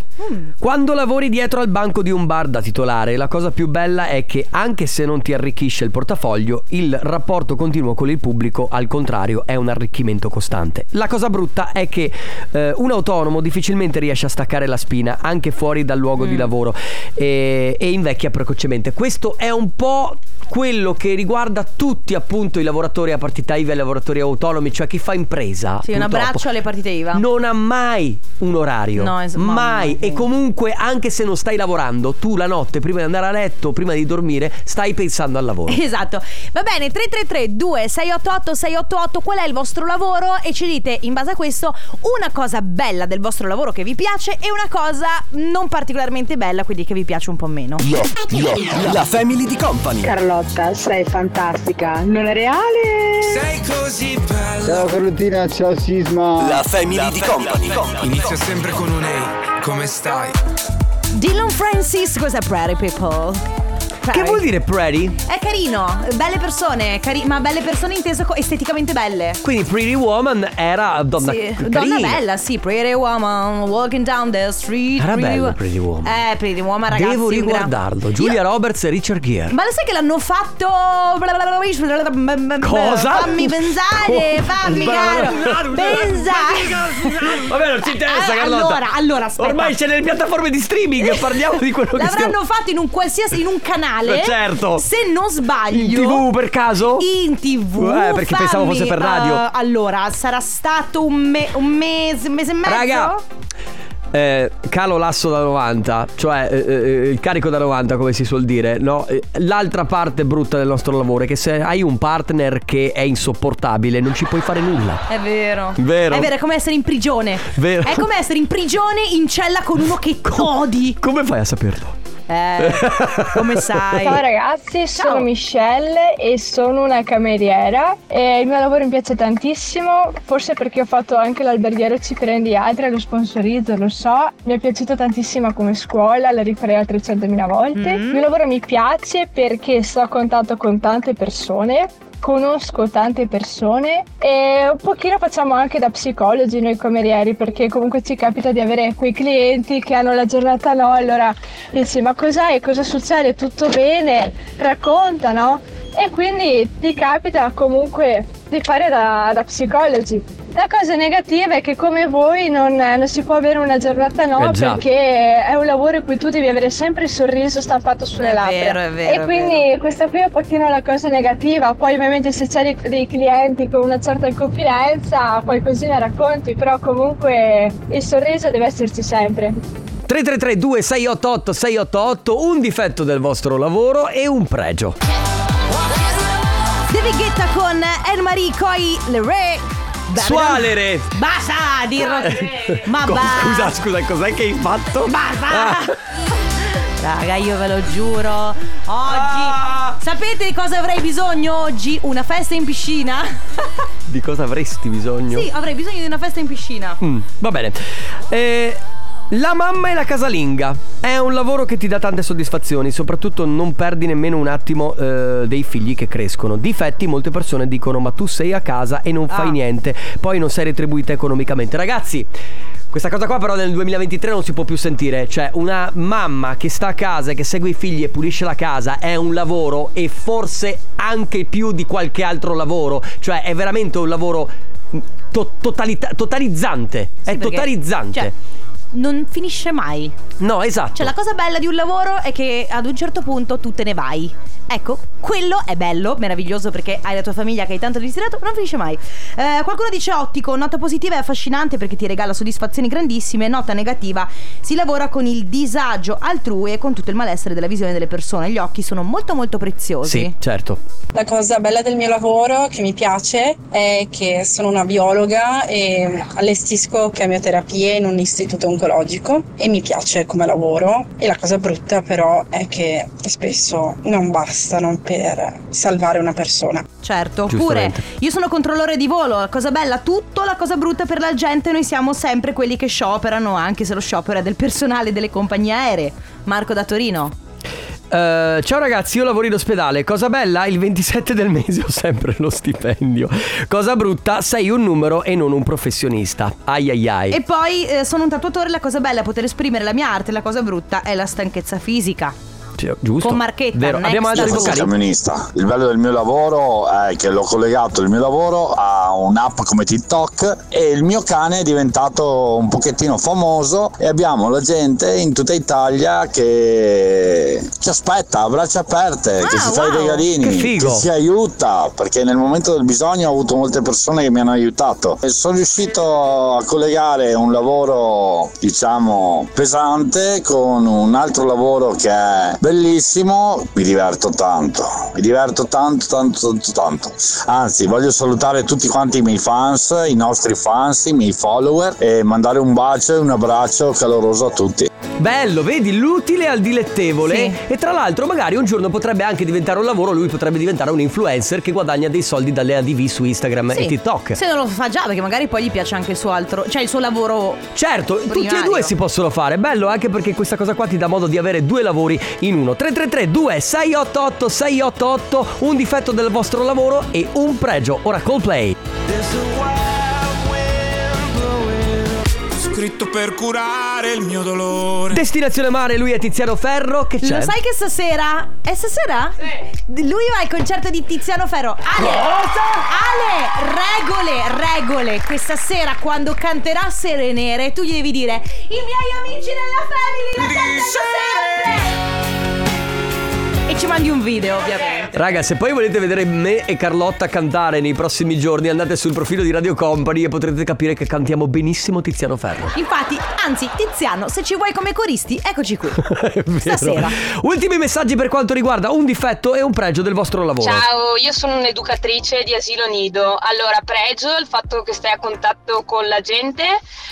[SPEAKER 1] Quando lavori dietro al banco di un bar da titolare, la cosa più bella è che anche se non ti arricchisce il portafoglio, il rapporto continuo con il pubblico, al contrario, è un arricchimento costante. La cosa brutta è che eh, un autonomo difficilmente riesce a staccare la spina anche fuori dal luogo
[SPEAKER 2] Mm.
[SPEAKER 1] di lavoro e, e invecchia precocemente. Questo è un po' quello che riguarda tutti appunto i lavoratori a partita IVA e i lavoratori autonomi, cioè chi fa impresa.
[SPEAKER 2] Sì, un
[SPEAKER 1] purtroppo.
[SPEAKER 2] abbraccio alle partite IVA.
[SPEAKER 1] Non ha mai un orario.
[SPEAKER 2] Esatto. No, es- mamma
[SPEAKER 1] mai.
[SPEAKER 2] mia.
[SPEAKER 1] E comunque, anche se non stai lavorando, tu la notte, prima di andare a letto, prima di dormire, stai pensando al lavoro.
[SPEAKER 2] Esatto. Va bene, 333 2688 688 qual è il vostro lavoro e ci dite in base a questo una cosa bella del vostro lavoro che vi piace e una cosa non particolarmente bella, quindi che vi piace un po' meno.
[SPEAKER 1] La family di company.
[SPEAKER 5] Carlotta, sei fantastica. Non è reale?
[SPEAKER 8] Ciao Carlottina, ciao Sisma.
[SPEAKER 10] Inizia sempre con un Ehi, come stai?
[SPEAKER 2] Dylan Francis, cos'è Prairie People?
[SPEAKER 1] Che
[SPEAKER 2] Prairie.
[SPEAKER 1] vuol dire pretty?
[SPEAKER 2] È carino, belle persone, cari- ma belle persone inteso co- esteticamente belle.
[SPEAKER 1] Quindi Pretty Woman era donna
[SPEAKER 2] Sì,
[SPEAKER 1] carina.
[SPEAKER 2] donna bella, sì, pretty woman walking down the street.
[SPEAKER 1] Era bello
[SPEAKER 2] wo-
[SPEAKER 1] Pretty Woman.
[SPEAKER 2] Eh, pretty woman, ragazzi.
[SPEAKER 1] Devo
[SPEAKER 2] un gran-
[SPEAKER 1] riguardarlo. Giulia
[SPEAKER 2] Io-
[SPEAKER 1] Roberts e Richard Gere.
[SPEAKER 2] Ma lo sai che l'hanno fatto?
[SPEAKER 1] Cosa? Oh,
[SPEAKER 2] Fammi pensare,
[SPEAKER 1] Co-
[SPEAKER 2] fammi caro. Pensare.
[SPEAKER 1] Vabbè, non ci interessa,
[SPEAKER 2] Ah,
[SPEAKER 1] Carlotta.
[SPEAKER 2] allora, allora, aspetta.
[SPEAKER 1] Ormai c'è nelle piattaforme di streaming, parliamo di quello che stiamo...
[SPEAKER 2] L'avranno fatto in un qualsiasi in un canale.
[SPEAKER 1] Ma certo.
[SPEAKER 2] Se non sbaglio.
[SPEAKER 1] In TV per caso?
[SPEAKER 2] In TV.
[SPEAKER 1] Eh, perché pensavo
[SPEAKER 2] fammi-
[SPEAKER 1] fosse per radio.
[SPEAKER 2] eh, allora, sarà stato un, me- un mese, un mese e mezzo.
[SPEAKER 1] Raga, eh, calo lasso da 90, cioè eh, eh, il carico da 90 come si suol dire, no? Eh, L'altra parte brutta del nostro lavoro è che se hai un partner che è insopportabile non ci puoi fare nulla.
[SPEAKER 2] È vero.
[SPEAKER 1] Vero.
[SPEAKER 2] È vero, è come essere in prigione.
[SPEAKER 1] Vero.
[SPEAKER 2] È come essere in prigione in cella con uno che odi.
[SPEAKER 1] Come fai a saperlo?
[SPEAKER 2] Eh, come sai?
[SPEAKER 11] Ciao ragazzi, sono
[SPEAKER 2] Ciao.
[SPEAKER 11] Michelle e sono una cameriera e il mio lavoro mi piace tantissimo, forse perché ho fatto anche l'alberghiero ci prendi altre, lo sponsorizzo, lo so, mi è piaciuta tantissimo come scuola, la rifarei altre 100.000 volte.
[SPEAKER 2] Mhm.
[SPEAKER 11] Il mio lavoro mi piace perché sto a contatto con tante persone. Conosco tante persone e un pochino facciamo anche da psicologi noi camerieri perché comunque ci capita di avere quei clienti che hanno la giornata no, allora Dici, ma cos'hai? Cosa succede? Tutto bene? Racconta, no? E quindi ti capita comunque di fare da, da psicologi. La cosa negativa è che come voi non, non si può avere una giornata no
[SPEAKER 1] Eh già.
[SPEAKER 11] perché è un lavoro in cui tu devi avere sempre il sorriso stampato sulle
[SPEAKER 2] È
[SPEAKER 11] labbra.
[SPEAKER 2] vero, è vero, è
[SPEAKER 11] e quindi questa qui è un pochino la cosa negativa. Poi ovviamente se c'è dei, dei clienti con una certa confidenza qualcosina racconti, però comunque il sorriso deve esserci sempre.
[SPEAKER 1] 3332 688 688 un difetto del vostro lavoro e un pregio.
[SPEAKER 2] David Guetta con Elmarie Coi Le Re.
[SPEAKER 1] Sualere!
[SPEAKER 2] Basta dirlo. Ma
[SPEAKER 1] Co- scusa,
[SPEAKER 2] basta.
[SPEAKER 1] scusa, cos'è che hai fatto?
[SPEAKER 2] Basta!
[SPEAKER 1] Ah.
[SPEAKER 2] Raga, io ve lo giuro. Oggi.
[SPEAKER 1] Ah.
[SPEAKER 2] Sapete di cosa avrei bisogno oggi? Una festa in piscina?
[SPEAKER 1] Di cosa avresti bisogno?
[SPEAKER 2] sì, avrei bisogno di una festa in piscina.
[SPEAKER 1] Mm, va bene. Eh, la mamma e la casalinga. È un lavoro che ti dà tante soddisfazioni, soprattutto non perdi nemmeno un attimo eh, dei figli che crescono. Difetti, molte persone dicono ma tu sei a casa e non
[SPEAKER 2] Ah.
[SPEAKER 1] fai niente, poi non sei retribuita economicamente. Ragazzi, questa cosa qua però nel 2023 non si può più sentire, cioè una mamma che sta a casa, e che segue i figli e pulisce la casa è un lavoro e forse anche più di qualche altro lavoro, cioè è veramente un lavoro mm, to- totalita- totalizzante,
[SPEAKER 2] Sì,
[SPEAKER 1] è
[SPEAKER 2] perché-
[SPEAKER 1] totalizzante.
[SPEAKER 2] Cioè, non finisce mai.
[SPEAKER 1] no, esatto.
[SPEAKER 2] Cioè, la cosa bella di un lavoro è che ad un certo punto tu te ne vai. Ecco, quello è bello, meraviglioso perché hai la tua famiglia che hai tanto desiderato, non finisce mai. Eh, qualcuno dice ottico, nota positiva è affascinante perché ti regala soddisfazioni grandissime, nota negativa, si lavora con il disagio altrui e con tutto il malessere della visione delle persone. Gli occhi sono molto molto preziosi.
[SPEAKER 1] Sì, certo.
[SPEAKER 7] La cosa bella del mio lavoro che mi piace è che sono una biologa e allestisco chemioterapie in un istituto oncologico e mi piace come lavoro e la cosa brutta però è che spesso non bastano per salvare una persona.
[SPEAKER 2] Certo, oppure
[SPEAKER 1] Giustamente.
[SPEAKER 2] io sono controllore di volo, la cosa bella tutto, la cosa brutta per la gente, noi siamo sempre quelli che scioperano, anche se lo sciopero è del personale delle compagnie aeree. Marco da Torino.
[SPEAKER 1] Eh, ciao ragazzi, io lavoro in ospedale. Cosa bella? Il 27 del mese ho sempre lo stipendio. Cosa brutta? Sei un numero e non un professionista. Ai ai ai.
[SPEAKER 2] E poi eh, sono un tatuatore, la cosa bella è poter esprimere la mia arte, la cosa brutta è la stanchezza fisica.
[SPEAKER 1] Cioè, giusto?
[SPEAKER 2] con Marchetta,
[SPEAKER 1] Vero.
[SPEAKER 2] next
[SPEAKER 1] Abbiamo altri
[SPEAKER 2] level.
[SPEAKER 1] vocali?
[SPEAKER 8] camionista. Il bello del mio lavoro è che l'ho collegato il mio lavoro a un'app come TikTok e il mio cane è diventato un pochettino famoso e abbiamo la gente in tutta Italia che ci aspetta a braccia aperte,
[SPEAKER 2] Ah,
[SPEAKER 8] che si fa
[SPEAKER 2] wow,
[SPEAKER 8] i regalini,
[SPEAKER 1] che figo.
[SPEAKER 8] ci aiuta, perché nel momento del bisogno ho avuto molte persone che mi hanno aiutato e sono riuscito a collegare un lavoro diciamo pesante con un altro lavoro che è bellissimo, mi diverto tanto, mi diverto tanto tanto tanto tanto. Anzi, voglio salutare tutti quanti i miei fans, i nostri fans, i miei follower e mandare un bacio e un abbraccio caloroso a tutti.
[SPEAKER 1] Bello, vedi l'utile al dilettevole.
[SPEAKER 2] Sì.
[SPEAKER 1] E tra l'altro, magari un giorno potrebbe anche diventare un lavoro. Lui potrebbe diventare un influencer che guadagna dei soldi dalle ADV su Instagram
[SPEAKER 2] Sì,
[SPEAKER 1] e TikTok.
[SPEAKER 2] Se non lo fa già, perché magari poi gli piace anche il suo altro, cioè il suo lavoro.
[SPEAKER 1] Certo, tutti e
[SPEAKER 2] Primario.
[SPEAKER 1] due si possono fare. Bello anche perché questa cosa qua ti dà modo di avere due lavori in uno. 333 2688 688 un difetto del vostro lavoro e un pregio. Ora Coldplay.
[SPEAKER 10] Scritto per curare il mio dolore.
[SPEAKER 1] Destinazione mare, lui è Tiziano Ferro. Che c'è?
[SPEAKER 2] Lo sai che stasera? È stasera? Sì. Lui va al concerto di Tiziano Ferro. Ale! Ale! Regole, regole! Questa sera quando canterà Sere Nere, tu gli devi dire: I miei amici della family la cantano sempre! E ci mandi un video, ovviamente.
[SPEAKER 1] Raga, se poi volete vedere me e Carlotta cantare nei prossimi giorni, andate sul profilo di Radio Company e potrete capire che cantiamo benissimo Tiziano Ferro.
[SPEAKER 2] Infatti, anzi, Tiziano, se ci vuoi come coristi, eccoci qui. Stasera.
[SPEAKER 1] Ultimi messaggi per quanto riguarda un difetto e un pregio del vostro lavoro.
[SPEAKER 12] Ciao, io sono un'educatrice di asilo nido. Allora, pregio il fatto che stai a contatto con la gente,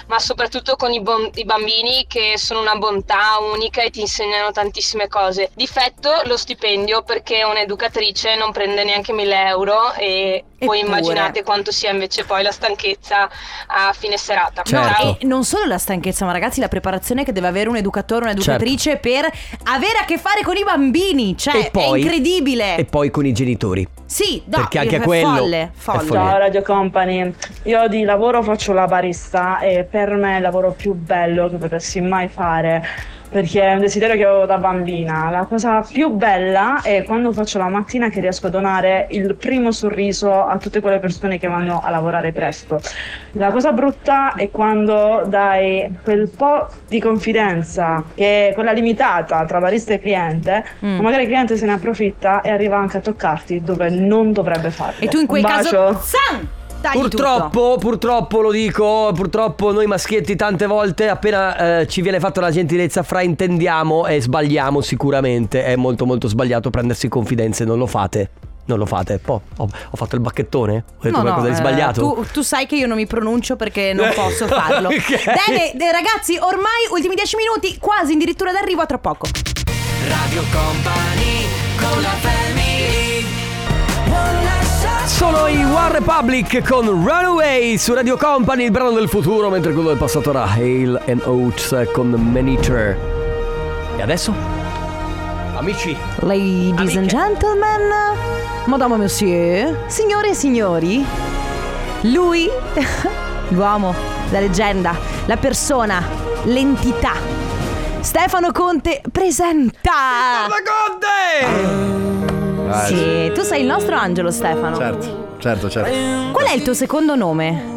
[SPEAKER 12] ma soprattutto con i, bon- i bambini che sono una bontà unica e ti insegnano tantissime cose. Difetto lo stipendio perché un'educatrice non prende neanche 1000 euro e voi
[SPEAKER 2] Eppure.
[SPEAKER 12] immaginate quanto sia invece poi la stanchezza a fine serata. Ciao.
[SPEAKER 2] No,
[SPEAKER 1] Certo.
[SPEAKER 2] e non solo la stanchezza, ma ragazzi, la preparazione che deve avere un educatore, un'educatrice per avere a che fare con i bambini. Cioè,
[SPEAKER 1] Certo. E poi-
[SPEAKER 2] è incredibile.
[SPEAKER 1] E poi con i genitori.
[SPEAKER 2] Sì, no,
[SPEAKER 1] Perché anche
[SPEAKER 2] è
[SPEAKER 1] quello
[SPEAKER 2] folle,
[SPEAKER 1] è
[SPEAKER 2] folle.
[SPEAKER 1] follia.
[SPEAKER 13] Ciao Radio Company, io di lavoro faccio la barista e per me è il lavoro più bello che potessi mai fare perché è un desiderio che avevo da bambina. La cosa più bella è quando faccio la mattina che riesco a donare il primo sorriso a tutte quelle persone che vanno a lavorare presto. La cosa brutta è quando dai quel po' di confidenza che è quella limitata tra barista e cliente,
[SPEAKER 2] Mm.
[SPEAKER 13] ma magari il cliente se ne approfitta e arriva anche a toccarti dove non dovrebbe farlo.
[SPEAKER 2] E tu in quel
[SPEAKER 13] Un bacio.
[SPEAKER 2] caso, San! Tagli tutto.
[SPEAKER 1] Purtroppo, purtroppo lo dico, purtroppo noi maschietti tante volte appena eh, ci viene fatta la gentilezza fraintendiamo e sbagliamo sicuramente, è molto molto sbagliato prendersi confidenze, non lo fate, non lo fate. Po, ho, ho fatto il bacchettone? Ho detto
[SPEAKER 2] No, no,
[SPEAKER 1] qualcosa di
[SPEAKER 2] eh,
[SPEAKER 1] sbagliato? Eh,
[SPEAKER 2] Tu, tu sai che io non mi pronuncio perché non posso farlo.
[SPEAKER 1] Ok.
[SPEAKER 2] Bene, eh, ragazzi, ormai ultimi 10 minuti, quasi addirittura d'arrivo, a tra poco.
[SPEAKER 10] Radio Company con la
[SPEAKER 1] Sono i One Republic con Runaway su Radio Company, il brano del futuro, mentre quello del passato era Hale and Oates con Maniter. E adesso? Amici,
[SPEAKER 2] Ladies and gentlemen, madame et monsieur, signore e signori, lui, l'uomo, la leggenda, la persona, l'entità, Stefano Conte presenta...
[SPEAKER 14] Ah,
[SPEAKER 2] Sì, tu sei il nostro angelo Stefano.
[SPEAKER 14] Certo, certo, certo.
[SPEAKER 2] Qual è il tuo secondo nome?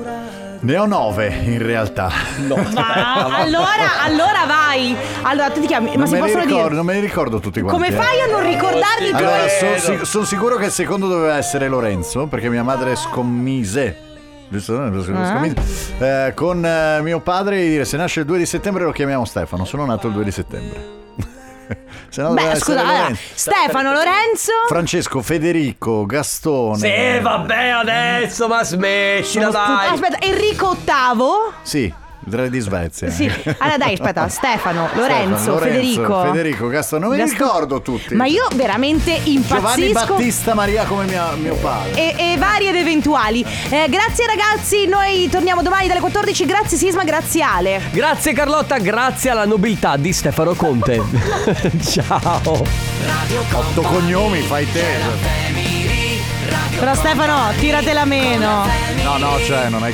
[SPEAKER 14] Ne ho nove in realtà. No.
[SPEAKER 2] Ah, allora, allora vai. Allora, tu ti chiami. ma
[SPEAKER 14] non,
[SPEAKER 2] si
[SPEAKER 14] me li
[SPEAKER 2] possono
[SPEAKER 14] ricordo,
[SPEAKER 2] dire.
[SPEAKER 14] non me li ricordo tutti quanti. eh.
[SPEAKER 2] Come fai a non ricordarli tu?
[SPEAKER 14] Allora, sono sicuro che il secondo doveva essere Lorenzo, perché mia madre scommise. Giusto?
[SPEAKER 2] Ah.
[SPEAKER 14] Scommise. Eh, con eh, mio padre di dire se nasce il 2 di settembre lo chiamiamo Stefano. Sono nato il 2 di settembre. se no doveva
[SPEAKER 2] Beh,
[SPEAKER 14] essere
[SPEAKER 2] scusa, allora,
[SPEAKER 14] Lorenzo.
[SPEAKER 2] Stefano Lorenzo.
[SPEAKER 14] Francesco, Federico, Gastone.
[SPEAKER 1] Sì, vabbè, adesso, ma smettila, dai.
[SPEAKER 2] Aspetta, Enrico VIII.
[SPEAKER 14] Sì, il re di Svezia.
[SPEAKER 2] Sì. Allora, dai, aspetta, Stefano, Lorenzo,
[SPEAKER 14] Stefano,
[SPEAKER 2] Federico.
[SPEAKER 14] Federico, Gastone, non me li
[SPEAKER 2] Gastone.
[SPEAKER 14] ricordo tutti.
[SPEAKER 2] Ma io veramente
[SPEAKER 14] Giovanni
[SPEAKER 2] impazzisco.
[SPEAKER 14] Battista Maria come mia- mio padre.
[SPEAKER 2] E, e varie ed eventuali. Eh, grazie ragazzi, noi torniamo domani dalle 14. Grazie Sisma, grazie Ale.
[SPEAKER 1] Grazie Carlotta, grazie alla nobiltà di Stefano Conte. Ciao.
[SPEAKER 14] Otto cognomi, fai te.
[SPEAKER 2] Però Stefano, tiratela meno.
[SPEAKER 14] No, no, cioè, non è